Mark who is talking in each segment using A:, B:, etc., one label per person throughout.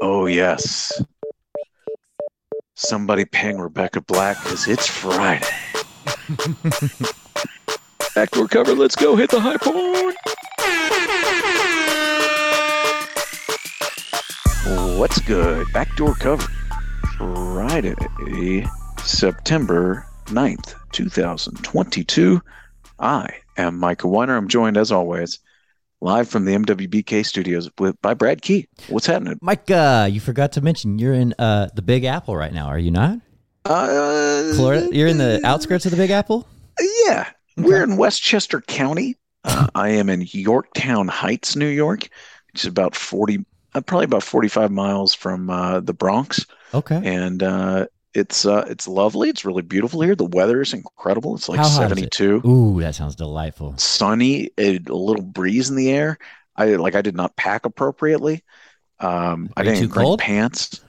A: Oh, yes. Somebody ping Rebecca Black because it's Friday. Backdoor cover, let's go hit the high point. What's good? Backdoor cover. Friday, September 9th, 2022. I am Michael Weiner. I'm joined, as always, live from the MWBK studios with, by Brad Key. What's happening?
B: Mike, uh, you forgot to mention you're in uh, the Big Apple right now, are you not?
A: Uh,
B: Florida, you're in the outskirts of the Big Apple.
A: Yeah. We're in Westchester County. Uh, I am in Yorktown Heights, New York, which is about 40, uh, probably about 45 miles from uh, the Bronx.
B: Okay.
A: And uh, it's uh, it's lovely. It's really beautiful here. The weather is incredible. It's like
B: How hot is it?
A: 72.
B: Ooh, that sounds delightful.
A: sunny, a, a little breeze in the air. I like I did not pack appropriately. Um, I
B: Are you
A: didn't
B: too
A: bring
B: cold?
A: pants.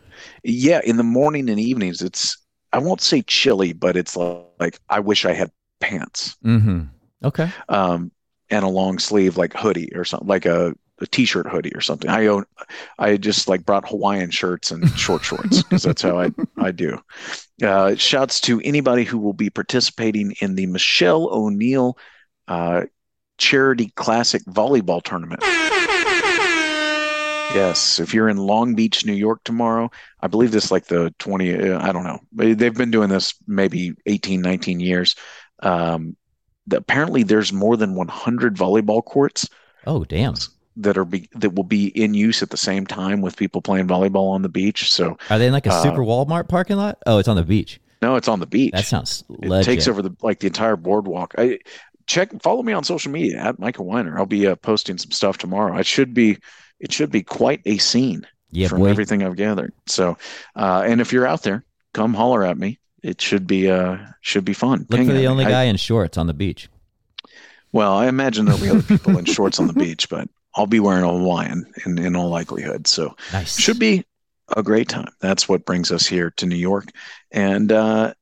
A: Yeah, in the morning and evenings, it's I won't say chilly, but it's like, I wish I had pants
B: Mm-hmm. Okay.
A: um, and a long sleeve like hoodie or something like a, a t-shirt hoodie or something. I own I just like brought Hawaiian shirts and short shorts because that's how I I do. Uh, shouts to anybody who will be participating in the Michelle O'Neill uh, Charity Classic Volleyball Tournament. Yes, if you're in Long Beach, New York tomorrow, I believe this is like the 20, uh, I don't know. They- They've been doing this maybe 18, 19 years. Um, the- apparently, there's more than 100 volleyball courts
B: Oh, damn.
A: that are be, that will be in use at the same time with people playing volleyball on the beach. So,
B: Are they in like a
A: Uh,
B: super Walmart parking lot? Oh, it's on the beach.
A: no, it's on the beach.
B: That sounds
A: it
B: legit.
A: takes over the like the entire boardwalk. I check follow me on social media at Michael Weiner. I'll be uh, posting some stuff tomorrow. It should be it should be quite a scene.
B: yeah,
A: from
B: boy.
A: everything I've gathered. So, uh, and if you're out there, come holler at me. It should be uh, should be fun.
B: Look
A: Ping
B: for
A: at
B: the
A: me.
B: only
A: I-
B: guy in shorts on the beach.
A: well, I imagine there'll be other people in shorts on the beach, but I'll be wearing a Hawaiian in, in all likelihood. So,
B: Nice.
A: should be a great time. That's what brings us here to New York. And, uh,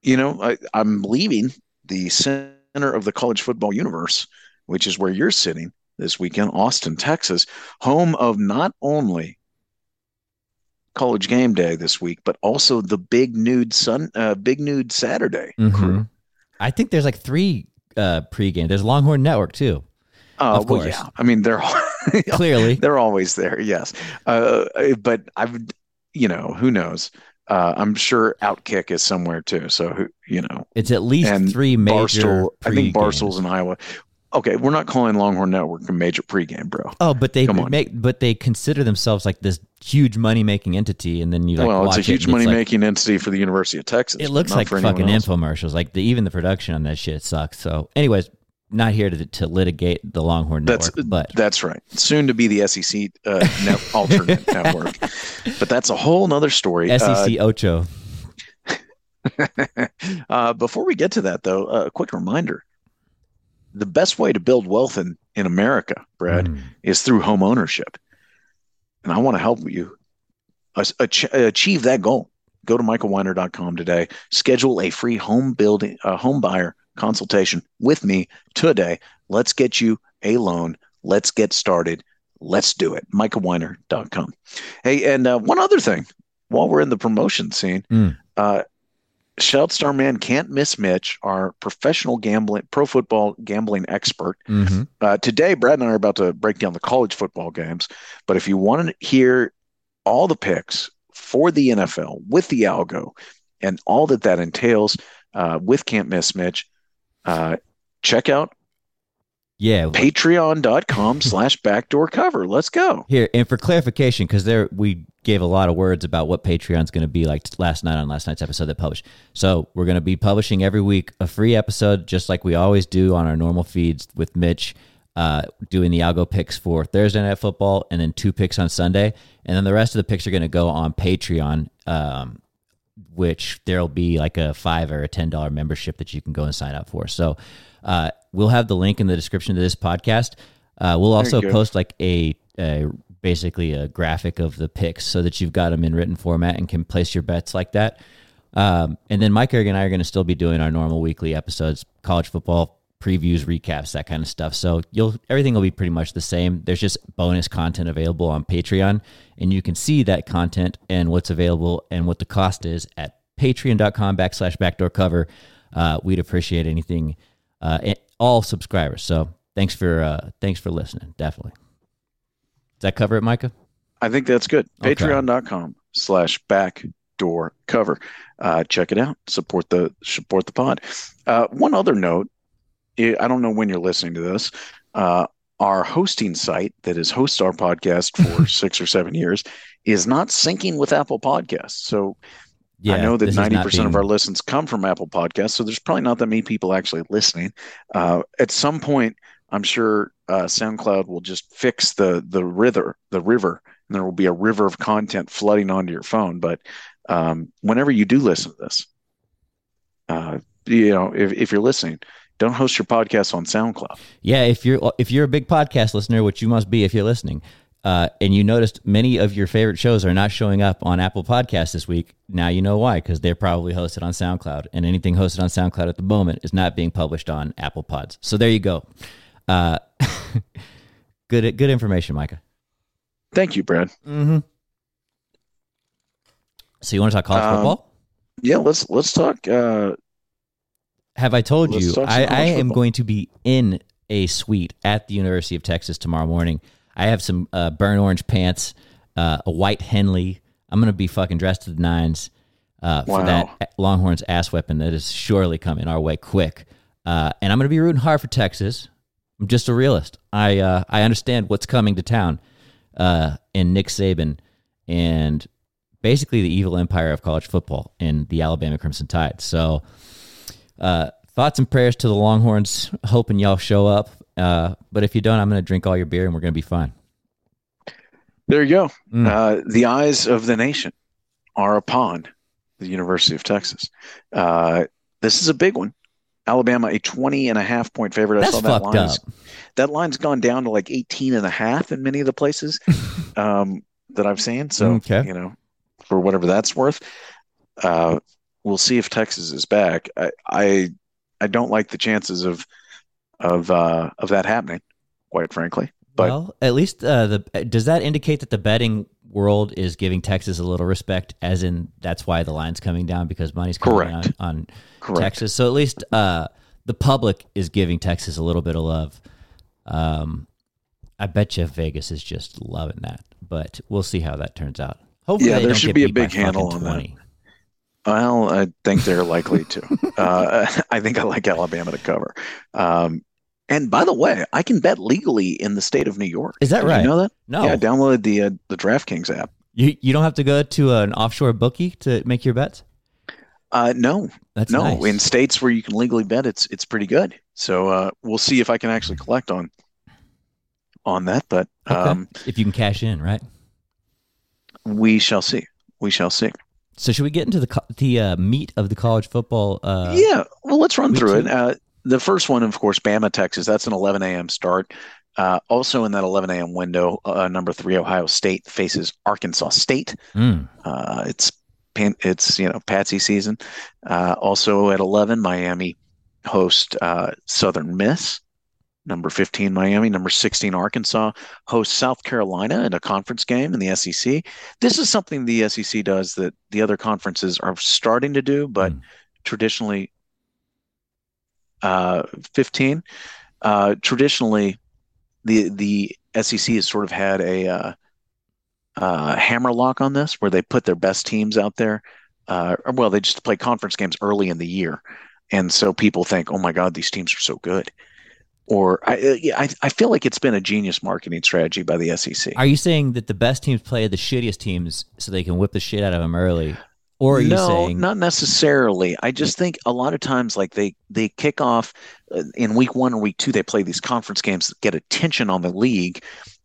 A: you know, I, I'm leaving the center of the college football universe, which is where you're sitting this weekend, Austin, Texas, home of not only college game day this week, but also the big nude sun, uh, big nude Saturday crew.
B: Mhm. I think there's like three uh, pregame. There's Longhorn Network too.
A: Uh,
B: Of
A: well,
B: course.
A: yeah. I mean, they're all,
B: Clearly.
A: They're always there, yes. Uh, but I've, you know, who knows? Uh, I'm sure Outkick is somewhere too. So who, you know,
B: It's at least
A: and
B: three major.
A: Barstool. I think
B: pregames.
A: Barstool's in Iowa. Okay, we're not calling Longhorn Network a major pregame, bro.
B: Oh, but they
A: Come on.
B: make, but they consider themselves like this huge money making entity, and then you like
A: well, it's
B: watch
A: a
B: it
A: huge
B: and
A: money
B: like-
A: making entity for the University of Texas.
B: It
A: but
B: looks
A: not
B: like
A: for anyone
B: fucking
A: else.
B: infomercials. Like the, even the production on that shit sucks. So, anyways, not here to to litigate the Longhorn
A: That's
B: Network, but
A: that's right. Soon to be the SEC uh, net, alternate network, but that's a whole nother story. Uh,
B: SEC E Ocho.
A: uh, before we get to that, though, a quick reminder: the best way to build wealth in in America, Brad,
B: Mm.
A: is through home ownership, and I want to help you as- ach- achieve that goal. Go to michaelweiner.com today. Schedule a free home building uh, home buyer consultation with me today. Let's get you a loan. Let's get started. Let's do it. michaelweiner.com. Hey, and uh, one other thing, while we're in the promotion scene,
B: Mm.
A: uh, Shout Star Man can't miss Mitch, our professional gambling, pro football gambling expert.
B: Mhm.
A: Uh, today, Brad and I are about to break down the college football games. But if you want to hear all the picks for the NFL with the algo and all that that entails uh, with Can't Miss Mitch, uh, check out
B: Yeah.
A: patreon.com slash backdoor cover. Let's go.
B: Here and for clarification, because there we gave a lot of words about what Patreon's going to be like t- last night on last night's episode that published. So we're going to be publishing every week a free episode, just like we always do on our normal feeds with Mitch. Uh, doing the algo picks for Thursday night football, and then two picks on Sunday, and then the rest of the picks are going to go on Patreon. Um, which there'll be like a five or a ten dollar membership that you can go and sign up for. So uh, we'll have the link in the description to this podcast. Uh, we'll also
A: go.
B: post like a, a basically a graphic of the picks so that you've got them in written format and can place your bets like that. Um, and then Mike Erg and I are going to still be doing our normal weekly episodes, college football, previews, recaps, that kind of stuff. So you'll everything will be pretty much the same. There's just bonus content available on Patreon, and you can see that content and what's available and what the cost is at patreon.com backslash backdoor cover. Uh, we'd appreciate anything, uh, and all subscribers. So thanks for uh, thanks for listening. Definitely. Does that cover it, Micah?
A: I think that's good.
B: Okay.
A: Patreon.com slash backdoor cover. Uh, check it out. Support the support the pod. Uh, one other note, eh, I don't know when you're listening to this. Uh, our hosting site that has hosted our podcast for six or seven years is not syncing with Apple Podcasts. So I know that
B: this is not
A: ninety percent of
B: being-
A: our listens come from Apple Podcasts, so there's probably not that many people actually listening. Uh, at some point, I'm sure uh, SoundCloud will just fix the the river, the river, and there will be a river of content flooding onto your phone. But um, whenever you do listen to this, uh, you know, if, if you're listening, don't host your podcast on SoundCloud.
B: Yeah, if you're if you're a big podcast listener, which you must be if you're listening, uh, and you noticed many of your favorite shows are not showing up on Apple Podcasts this week, now you know why because they're probably hosted on SoundCloud, and anything hosted on SoundCloud at the moment is not being published on Apple Pods. So there you go. Uh, good good information, Micah.
A: Thank you, Brad.
B: Mm-hmm. So you want to talk college
A: Um,
B: football?
A: Yeah, let's let's talk. Uh,
B: Have I told
A: Let's
B: you
A: talk some
B: I, I
A: college
B: am
A: football.
B: going to be in a suite at the University of Texas tomorrow morning? I have some uh, burnt orange pants, uh, a white Henley. I'm going to be fucking dressed to the nines uh, for
A: Wow.
B: that Longhorns ass weapon that is surely coming our way quick. Uh, and I'm going to be rooting hard for Texas. I'm just a realist. I uh, I understand what's coming to town, uh, and Nick Saban, and basically the evil empire of college football and the Alabama Crimson Tide. So uh, thoughts and prayers to the Longhorns, hoping y'all show up. Uh, but if you don't, I'm going to drink all your beer and we're going to be fine.
A: there you go.
B: Mm.
A: Uh, the eyes of the nation are upon the University of Texas. Uh, this is a big one. Alabama, a 20 and a half point favorite. I
B: That's
A: saw that
B: fucked
A: line.
B: up.
A: is- That line's gone down to like 18 and a half in many of the places um, that I've seen. So,
B: Okay.
A: you know, for whatever that's worth, uh, we'll see if Texas is back. I, I, I don't like the chances of, of, uh, of that happening, quite frankly. but-
B: well, at least uh, the does that indicate that the betting world is giving Texas a little respect, as in that's why the line's coming down because money's coming
A: Correct.
B: down on
A: Correct.
B: Texas. So at least uh, the public is giving Texas a little bit of love. Um, I bet you Vegas is just loving that, but we'll see how that turns out. Hopefully,
A: Yeah,
B: they
A: there
B: don't
A: should
B: get
A: be a
B: beat by
A: big handle
B: fucking
A: on that.
B: 20.
A: Well, I think they're likely to. uh, I think I like Alabama to cover. Um, and by the way, I can bet legally in the state of New York.
B: Is that
A: Did
B: right? Oh.
A: You know that?
B: No,
A: Yeah, I downloaded the uh, the DraftKings app.
B: You you don't have to go to an offshore bookie to make your bets.
A: Uh, no,
B: That's
A: no,
B: nice.
A: in states where you can legally bet, it's it's pretty good. So uh, we'll see if I can actually collect on on that. But
B: Okay.
A: um,
B: if you can cash in, right?
A: we shall see. We shall see.
B: So should we get into the co- the uh, meat of the college football? Uh,
A: yeah, well, let's run
B: we
A: through it.
B: too.
A: Uh, the first one, of course, Bama, Texas. That's an 11 a.m. start. Uh, also in that 11 a.m. window, uh, number three, Ohio State faces Arkansas State.
B: mm,
A: Uh, it's pan- it's you know Patsy season. Uh, also at 11, Miami host uh, Southern Miss. Number 15, Miami. Number 16, Arkansas hosts South Carolina in a conference game in the E SEC. This is something the SEC does that the other conferences are starting to do, but
B: Mm.
A: traditionally, uh, 15. Uh, traditionally, the the SEC has sort of had a uh, uh, hammerlock on this, where they put their best teams out there. Uh, or, well, they just play conference games early in the year, and so people think, "Oh my God, these teams are so good." Or I, uh, yeah, I, I feel like it's been a genius marketing strategy by the E SEC.
B: Are you saying that the best teams play the shittiest teams so they can whip the shit out of them early, or are you
A: no,
B: saying
A: not necessarily. I just think a lot of times, like they they kick off uh, in week one or week two, they play these conference games that get attention on the league.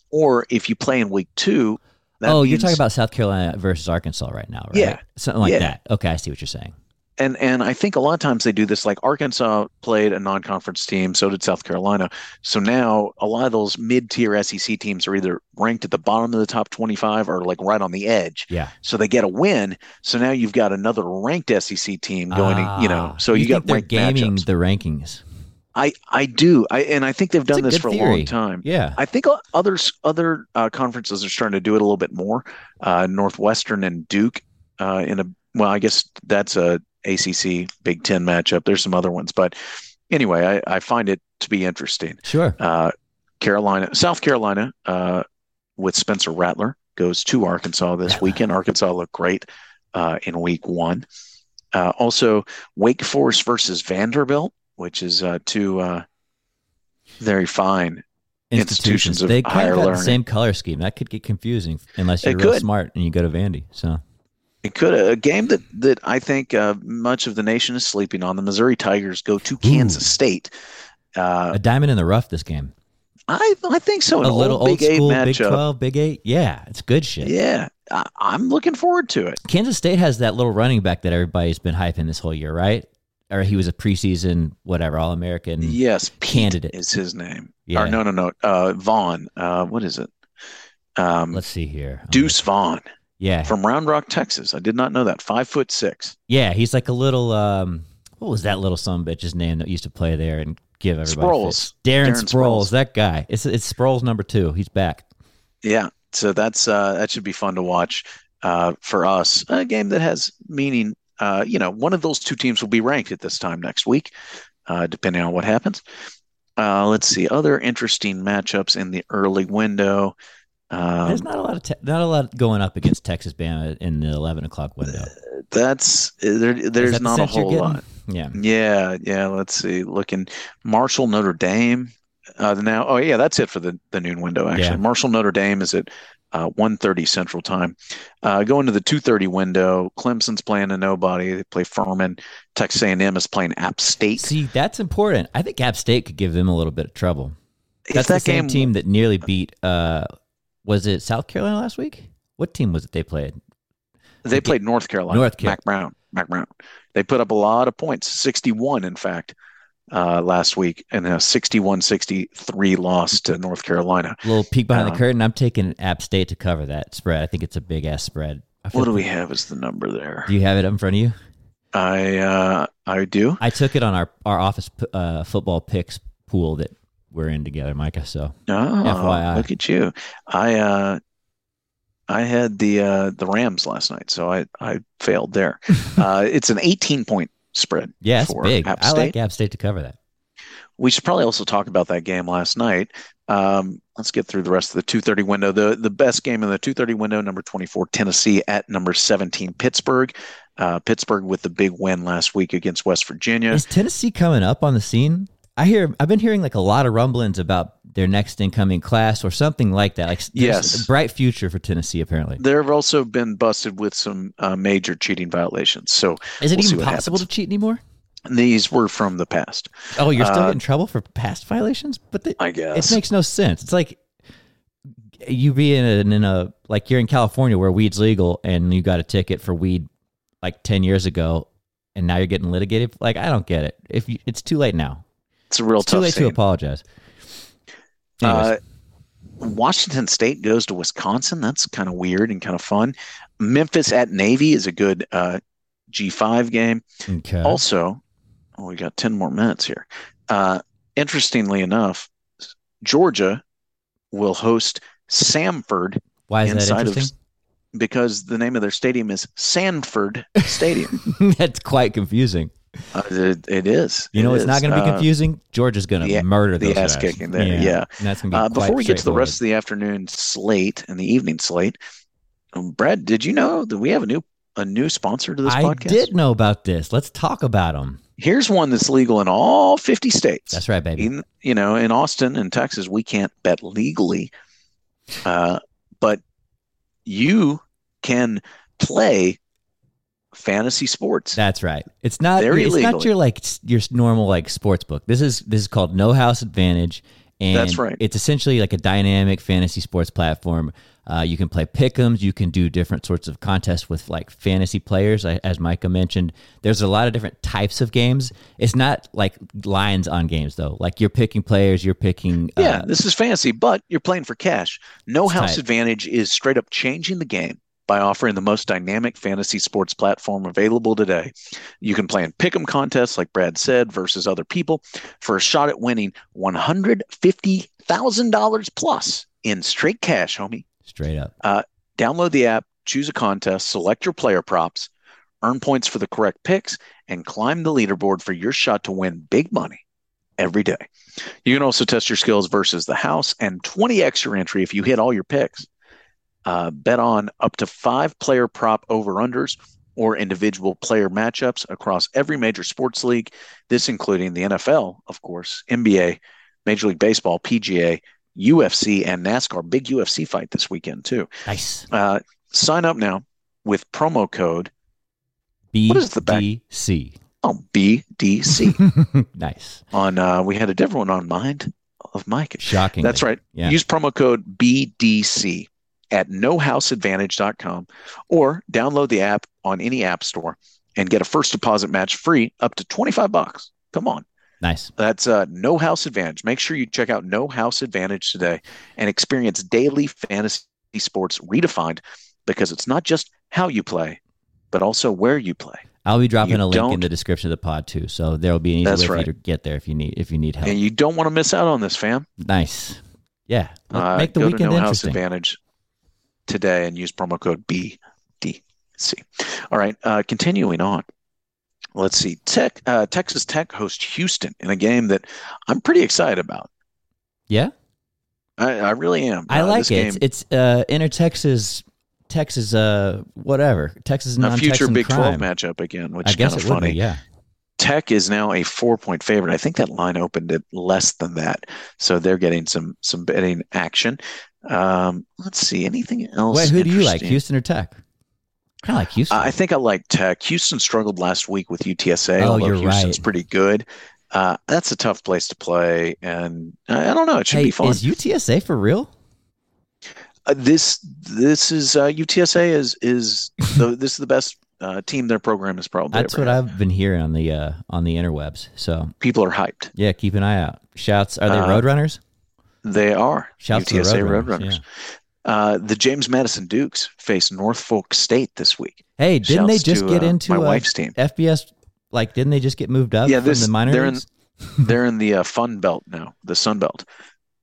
A: Or if you play in week two, that
B: oh, you're
A: means-
B: talking about South Carolina versus Arkansas right now, right?
A: Yeah.
B: something like
A: Yeah.
B: that. Okay, I see what you're saying.
A: and and I think a lot of times they do this. Like Arkansas played a non-conference team, so did South Carolina. So now a lot of those mid-tier SEC teams are either ranked at the bottom of the top 25 or like right on the edge.
B: Yeah,
A: So they get a win. So now you've got another ranked SEC E team going. to, you know,
B: Ah,
A: so you, got
B: think they're
A: ranked
B: gaming
A: matchups.
B: the rankings.
A: I I do. I and I think they've done
B: a
A: this
B: good
A: for a
B: theory.
A: long time.
B: Yeah.
A: I think o- others other uh, conferences are starting to do it a little bit more. Uh, Northwestern and Duke uh, in a well, I guess that's a ACC Big Ten matchup. There's some other ones, but anyway, I, I find it to be interesting.
B: Sure.
A: Uh, Carolina, South Carolina, uh, with Spencer Rattler goes to Arkansas this weekend. Arkansas looked great uh, in week one. Uh, also, Wake Forest versus Vanderbilt, which is uh, two uh, very fine. institutions of
B: they kind
A: higher
B: of got the
A: learning.
B: same color scheme. That could get confusing unless
A: It
B: you're real
A: could. Uh,
B: smart and you go to Vandy. So
A: It could a game that that I think uh, much of the nation is sleeping on. The Missouri Tigers go to Kansas State. Uh,
B: a diamond in the rough this game.
A: I I think so. Oh, An
B: a little
A: old
B: old
A: Big Eight
B: school, Big
A: matchup.
B: Twelve, Big Eight. Yeah, it's good shit.
A: yeah, I, I'm looking forward to it.
B: Kansas State has that little running back that everybody's been hyping this whole year, right? Or he was a preseason whatever All American.
A: Yes, Pete
B: Mm. Candidate.
A: is his name.
B: Yeah.
A: Or no, no, no. Uh, Vaughn. Uh, what is it? Um,
B: Let's see here. I'm
A: Deuce Vaughn
B: gonna- Yeah,
A: from Round Rock, Texas. I did not know that. Five foot six.
B: yeah. He's like a little. um What was that little son of a bitch's name that used to play there and give everybody
A: Sproles.
B: fits? Darren,
A: Darren
B: Sproles,
A: Sproles.
B: That guy. It's it's Sproles number two. He's back.
A: Yeah. So that's uh, that should be fun to watch uh, for us. A game that has meaning. Uh, you know, one of those two teams will be ranked at this time next week, uh, depending on what happens. Uh, let's see other interesting matchups in the early window. Um,
B: There's not a lot of te- not a lot going up against Texas Bama in the eleven o'clock window. Is
A: that's uh, there. There's
B: that the
A: not a
B: sense you're
A: whole
B: getting?
A: lot.
B: Yeah.
A: Yeah, yeah. Let's see. Looking Marshall Notre Dame. Uh, now, oh yeah, that's it for the, the noon window. Actually,
B: Yeah.
A: Marshall Notre Dame is at uh, one thirty Central Time. Uh, going to the two thirty window. Clemson's playing a nobody. They play Furman. Texas A and M is playing App State.
B: See, that's important. I think App State could give them a little bit of trouble.
A: If
B: That's the
A: that
B: same
A: game,
B: team that nearly beat. uh Was it South Carolina last week? What team was it they played?
A: they played North Carolina.
B: North Carolina.
A: Mac Brown. Mac Brown. They put up a lot of points, sixty one, in fact, uh, last week, and a 61-63 loss to North Carolina.
B: little peek behind the
A: Um,
B: curtain. I'm taking App State to cover that spread. I think it's a big ass spread. I feel-
A: What do we have as the number there?
B: Do you have it up in front of you?
A: I uh, I do.
B: I took it on our our office p- uh, football picks pool that we're in together, Micah. So
A: Oh,
B: FYI.
A: look at you. I uh I had the uh the Rams last night, so I I failed there. uh it's an 18 point spread.
B: yeah, it's
A: for
B: big.
A: App
B: I like
A: State.
B: App State to cover that.
A: We should probably also talk about that game last night. Um let's get through the rest of the 230 window. The the best game in the 230 window, number 24 Tennessee at number 17 Pittsburgh. Uh Pittsburgh with the big win last week against West Virginia.
B: Is Tennessee coming up on the scene? I hear I've been hearing like a lot of rumblings about their next incoming class or something like that. Like there's
A: Yes.
B: a bright future for Tennessee apparently.
A: There have also been busted with some uh, major cheating violations. So
B: Is it
A: we'll see
B: even
A: what
B: possible
A: happens.
B: to cheat anymore?
A: these were from the past,
B: Oh, you're still
A: Uh,
B: getting trouble for past violations, but the,
A: I guess.
B: it makes no sense. It's like you being in, in a like you're in California where weed's legal, and you got a ticket for weed like ten years ago, and now you're getting litigated. Like I don't get it. If you, it's too late now,
A: It's a real
B: it's too
A: tough
B: late
A: scene.
B: to apologize. Anyways,
A: Uh, Washington State goes to Wisconsin. That's kind of weird and kind of fun. Memphis at Navy is a good uh, G5 game.
B: okay.
A: Also, oh, we got 10 more minutes here. Uh, interestingly enough, Georgia will host Samford
B: Why is that
A: inside of
B: interesting?
A: because the name of their stadium is Sanford Stadium.
B: That's quite confusing.
A: Uh, it, it is.
B: You know,
A: It
B: it's not
A: is.
B: going to be
A: Uh,
B: confusing. Georgia's going to
A: the-
B: murder
A: the
B: those
A: ass
B: guys.
A: kicking there, yeah.
B: And that's going to be
A: Uh,
B: quite
A: before we get to the
B: straightforward.
A: rest of the afternoon slate and the evening slate, um, Brad, did you know that we have a new a new sponsor to this
B: I
A: podcast?
B: did know about this. Let's talk about them.
A: Here's one that's legal in all 50 states.
B: That's right, baby.
A: in, you know, in Austin and Texas, we can't bet legally, uh, but you can play fantasy sports.
B: That's right. It's not.
A: Very
B: it's not
A: legally.
B: your like s- your s- normal like sports book. This is this is called No House Advantage, and
A: That's right.
B: It's essentially like a dynamic fantasy sports platform. Uh, you can play pick'ems. You can do different sorts of contests with like fantasy players, I- as Micah mentioned. There's a lot of different types of games. It's not like lines on games though. Like you're picking players. You're picking.
A: yeah,
B: uh,
A: this is fantasy, but you're playing for cash. No
B: It's
A: house
B: tight.
A: advantage is straight up changing the game by offering the most dynamic fantasy sports platform available today. You can play in pick'em contests, like Brad said, versus other people for a shot at winning $150,000 plus in straight cash, homie.
B: Straight up.
A: Uh, download the app, choose a contest, select your player props, earn points for the correct picks, and climb the leaderboard for your shot to win big money every day. You can also test your skills versus the house and 20x your entry if you hit all your picks. Uh, bet on up to five player prop over unders or individual player matchups across every major sports league, this including the NFL, of course, NBA, Major League Baseball, PGA, UFC, and NASCAR. Big UFC fight this weekend, too.
B: Nice.
A: Uh, sign up now with promo code
B: B
A: What is the back-
B: D C.
A: oh, BDC.
B: Nice.
A: on uh, we had a different one on mind of Mike.
B: Shocking.
A: That's right.
B: Yeah.
A: Use promo code BDC at nohouseadvantage.com or download the app on any app store and get a first deposit match free up to 25 bucks. Come on.
B: Nice.
A: That's uh, No House Advantage. Make sure you check out No House Advantage today and experience daily fantasy sports redefined because it's not just how you play, but also where you play.
B: I'll be dropping
A: You
B: a link in
A: don't-
B: the description of the pod too, so there'll be an easy
A: That's
B: way for you
A: right.
B: to get there if you need if you need help.
A: And you don't want to miss out on this, fam.
B: nice. Yeah. Let-
A: Uh,
B: Make the
A: go to
B: weekend
A: no House
B: interesting.
A: Advantage today and use promo code BDC. All right, uh, continuing on. Let's see. Tech uh, Texas Tech hosts Houston in a game that I'm pretty excited about.
B: yeah.
A: I, I really am.
B: I
A: Uh,
B: like
A: this
B: it. It's,
A: game.
B: it's uh, inner Texas, Texas, uh, whatever. Texas
A: a future
B: non-Texan
A: Big
B: crime.
A: 12 matchup again, which
B: I
A: is kind
B: guess
A: of
B: it would be.
A: funny.
B: Yeah.
A: Tech is now a four point favorite. I think that line opened at less than that, so they're getting some some betting action. Um, let's see anything else.
B: Wait, who do you like,
A: interesting? Uh,
B: Houston or Tech? Kind of like Houston.
A: I I think I like Tech. Houston struggled last week with UTSA,
B: Oh,
A: although
B: you're
A: Houston's
B: right.
A: pretty good. Uh, that's a tough place to play, and I I don't know. It should
B: hey,
A: be fun.
B: is UTSA for real?
A: uh, this this is uh, UTSA is is the, this is the best uh, team their program has probably.
B: That's
A: ever
B: what
A: had.
B: I've been hearing on the uh, on the interwebs. So
A: People are hyped.
B: yeah, keep an eye out. Shouts are they
A: Uh,
B: Roadrunners?
A: They are
B: Shouts to the
A: UTSA
B: Roadrunners,
A: Roadrunners. Uh, the James Madison Dukes face Norfolk State this week.
B: Hey, didn't they
A: Shouts
B: just
A: to,
B: get
A: uh,
B: into
A: my
B: uh,
A: wife's team.
B: FBS? Like, didn't they just get moved up?
A: Yeah,
B: from
A: this-
B: the minor
A: they're in-
B: leagues?
A: They're in the uh, Fun Belt now, the Sun Belt.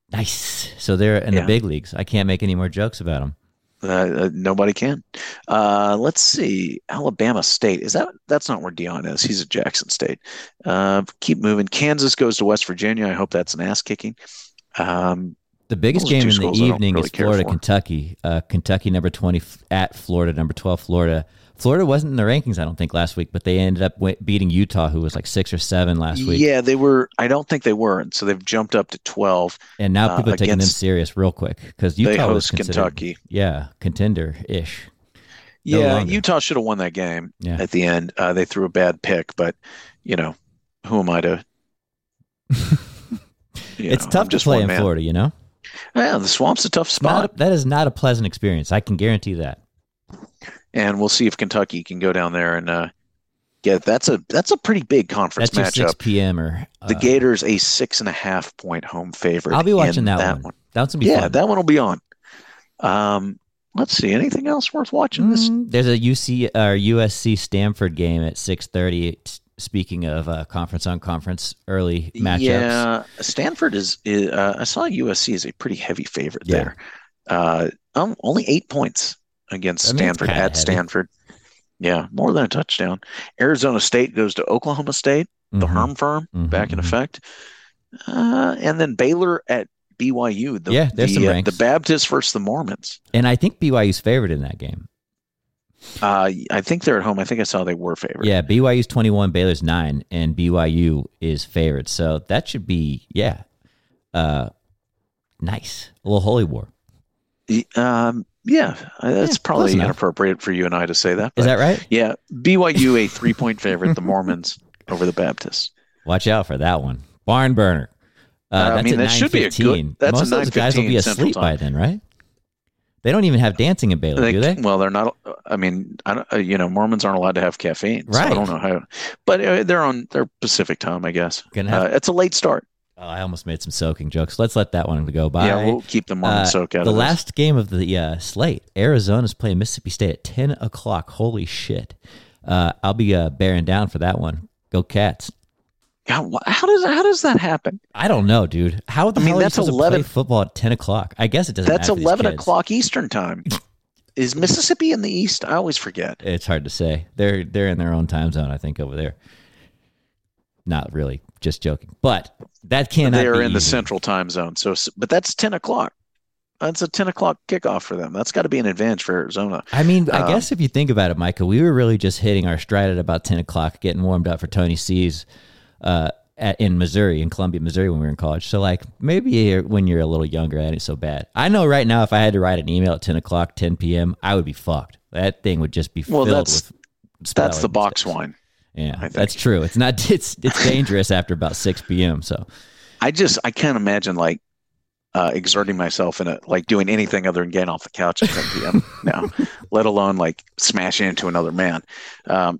B: Nice. So they're in
A: Yeah.
B: the big leagues. I can't make any more jokes about them.
A: Uh, uh, nobody can. Uh, let's see. Alabama State is that? That's not where Dion is. He's at Jackson State. Uh, keep moving. Kansas goes to West Virginia. I hope that's an ass kicking. Um,
B: The biggest
A: Those are
B: game
A: two
B: in the
A: schools I don't
B: evening
A: really
B: is
A: care
B: Florida,
A: for.
B: Kentucky. Uh, Kentucky number 20 f- at Florida, number 12 Florida. Florida wasn't in the rankings, I don't think, last week, but they ended up w- beating Utah, who was like six or seven last week.
A: yeah, they were. I don't think they were, and so they've jumped up to twelve.
B: And now
A: uh,
B: people are taking them
A: against-
B: serious real quick because Utah
A: they
B: was
A: host
B: considered,
A: Kentucky.
B: Yeah, contender ish. No
A: yeah,
B: longer.
A: Utah should have won that game
B: Yeah.
A: at the end. Uh, they threw a bad pick, but you know, who am I to? you
B: it's
A: know,
B: tough
A: I'm
B: to
A: just
B: play
A: one
B: in
A: man.
B: Florida, you know?
A: Yeah, the swamp's a tough
B: It's not
A: spot,
B: a- that is not a pleasant experience. I can guarantee that.
A: and we'll see if Kentucky can go down there and uh, get. That's a that's a pretty big conference
B: That's your 6
A: matchup.
B: p.m. or. Uh,
A: The Gators a six and a half point home favorite.
B: I'll be watching
A: in
B: that, one. That's going to be
A: yeah,
B: fun.
A: that one will be on. Um, let's see. Anything else worth watching this?
B: Mm, there's a UC or USC Stanford game at 6:30. It's- Speaking of uh, conference on conference early matchups,
A: Yeah, Stanford is. is uh, I saw USC is a pretty heavy favorite
B: Yeah.
A: there. Uh, um, only eight points against
B: I mean, it's
A: Stanford
B: kinda
A: at
B: heavy.
A: Stanford. Yeah, more than a touchdown. Arizona State goes to Oklahoma State. the
B: Mhm.
A: Herm firm
B: Mhm,
A: back in
B: mhm.
A: effect. Uh, and then Baylor at BYU. The,
B: Yeah, there's
A: the,
B: some
A: uh,
B: ranks.
A: the Baptists versus the Mormons.
B: and I think BYU's favored in that game.
A: Uh, I think they're at home. I think I saw they were favored.
B: Yeah, BYU's 21, Baylor's nine, and BYU is favored. So that should be yeah, uh, nice a little holy war.
A: Y- Um, yeah, uh, that's
B: Yeah, close
A: probably
B: enough.
A: inappropriate for you and I to say that. but-
B: Is that right?
A: yeah, BYU a three point favorite, the Mormons over the Baptists.
B: Watch out for that one, barn burner. Uh,
A: I
B: that's
A: mean,
B: at
A: that should be a
B: 9:15.
A: good- that's a
B: Most of those guys will be
A: 9:15 Central
B: asleep by then, right? They don't even have dancing in Baylor,
A: They-
B: Oh, do they?
A: Well, they're not. I mean, I don't, uh, you know, Mormons aren't allowed to have caffeine. So I
B: Right.
A: don't know how, but uh, they're on. They're Pacific time, I guess.
B: Gonna have
A: Uh, it's a late start.
B: Oh, I almost made some soaking jokes. Let's let that one go by.
A: yeah, we'll keep them on
B: Uh,
A: and soak out
B: the
A: of this.
B: last game of the uh, slate, Arizona's playing Mississippi State at ten o'clock. Holy shit! Uh, I'll be uh, bearing down for that one. Go Cats!
A: God, wh- how does how does that happen?
B: I don't know, dude. How the
A: I mean,
B: hell are you
A: that's
B: supposed
A: 11
B: to play football at ten o'clock? I guess it doesn't.
A: That's
B: matter for these
A: eleven
B: kids.
A: o'clock Eastern time. Is Mississippi in the East? I always forget.
B: It's hard to say. They're they're in their own time zone, I think, over there. Not really, just joking. But that cannot.
A: They are
B: be
A: in the
B: easy.
A: Central time zone. So, s- but that's ten o'clock. That's a ten o'clock kickoff for them. That's got to be an advantage for Arizona.
B: I mean, I
A: Um,
B: guess if you think about it, Micah, we were really just hitting our stride at about ten o'clock, getting warmed up for Tony C's uh, at, in Missouri, in Columbia, Missouri, when we were in college. So, like, maybe you're, when you're a little younger, that ain't so bad. I know right now, if I had to write an email at ten o'clock, ten p.m., I would be fucked. That thing would just be
A: Well,
B: filled
A: that's-
B: with.
A: That's
B: spelling
A: the box
B: mistakes.
A: wine.
B: Yeah,
A: think.
B: that's true. It's not. It's it's dangerous after about six p.m. So.
A: I just I can't imagine like uh, exerting myself in a like doing anything other than getting off the couch at 10 p.m. now, let alone like smashing into another man. Um,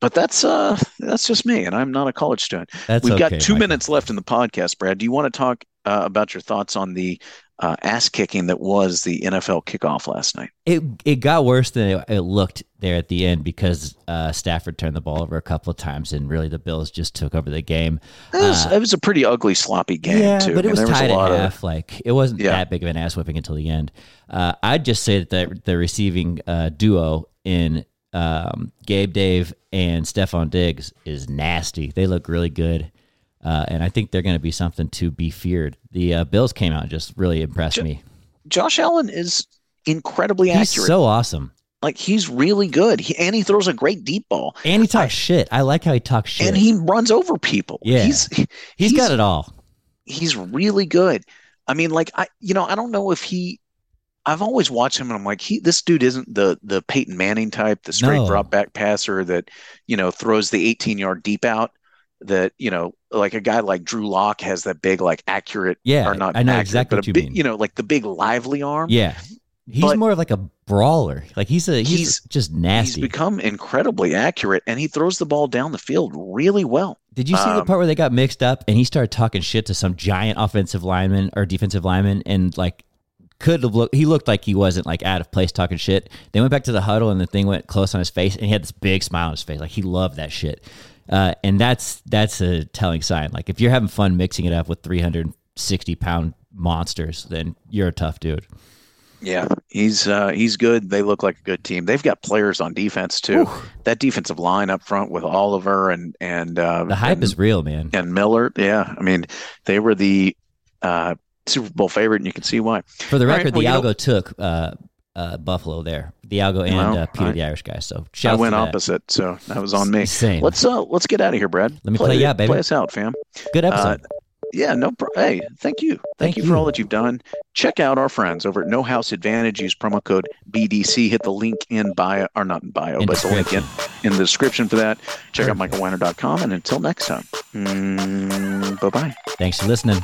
A: but that's uh that's just me, and I'm not a college student.
B: That's
A: We've
B: okay,
A: got two
B: Mike.
A: minutes left in the podcast, Brad. Do you want to talk uh, about your thoughts on the uh, ass kicking that was the NFL kickoff last night?
B: It it got worse than it, it looked there at the end because uh, Stafford turned the ball over a couple of times, and really the Bills just took over the game.
A: It was,
B: Uh,
A: it was a pretty ugly, sloppy game too. I mean,
B: but it was
A: there was
B: tied
A: a lot
B: at
A: of
B: half. Like it wasn't
A: Yeah.
B: that big of an ass whipping until the end. Uh, I'd just say that the, the receiving uh, duo in um, Gabe Dave and Stephon Diggs is nasty. They look really good. Uh, and I think they're going to be something to be feared. The uh, Bills came out and just really impressed me.
A: Josh Allen is incredibly
B: He's
A: accurate.
B: so awesome.
A: like he's really good, he, and he throws a great deep ball.
B: And he talks shit. I like how he talks shit.
A: and he runs over people.
B: Yeah.
A: he's he-
B: he's got it all.
A: He's really good. I mean, like I, you know, I don't know if he. I've always watched him, and I'm like, he. This dude isn't the the Peyton Manning type, the straight
B: No.
A: drop back passer that you know throws the 18 yard deep out. That you know, like a guy like Drew Locke has that big, like accurate.
B: Yeah,
A: or not
B: I know
A: accurate,
B: exactly
A: but
B: what
A: a
B: you
A: big,
B: mean.
A: You know, like the big lively arm.
B: yeah, he's
A: but-
B: more of like a brawler. Like he's a he's,
A: He's-
B: just
A: He's
B: nasty.
A: become incredibly accurate, and he throws the ball down the field really well.
B: Did you see the
A: um,
B: part where they got mixed up and he started talking shit to some giant offensive lineman or defensive lineman and like could have looked he looked like he wasn't like out of place talking shit. They went back to the huddle and the thing went close on his face and he had this big smile on his face. Like he loved that shit. Uh, and that's that's a telling sign. Like if you're having fun mixing it up with 360 pound monsters, then you're a tough dude.
A: Yeah, he's uh, he's good. They look like a good team. They've got players on defense too. That defensive line up front with Oliver and and uh,
B: The hype
A: and,
B: is real, man.
A: and Miller. Yeah, I mean they were the uh, Super Bowl favorite, and you can see why.
B: For the
A: All right,
B: record,
A: well, you
B: the
A: know-
B: algo took uh, uh, Buffalo there. The algo and
A: Well,
B: uh, Peter
A: I-
B: the Irish guy. So
A: I
B: shout
A: went
B: to that.
A: opposite, so that was on me.
B: Same.
A: Let's uh let's get out of here, Brad.
B: Let me play you out, baby.
A: Play us out, fam.
B: Good episode.
A: Uh, yeah, no. Pro- hey, thank you. Thank,
B: Thank
A: you for
B: you.
A: all that you've done. Check out our friends over at No House Advantage. Use promo code BDC. Hit the link in bio, or not in bio, but the link in, in the description for that. Check out michaelweiner.com. And until next time, mm, bye bye.
B: Thanks for listening.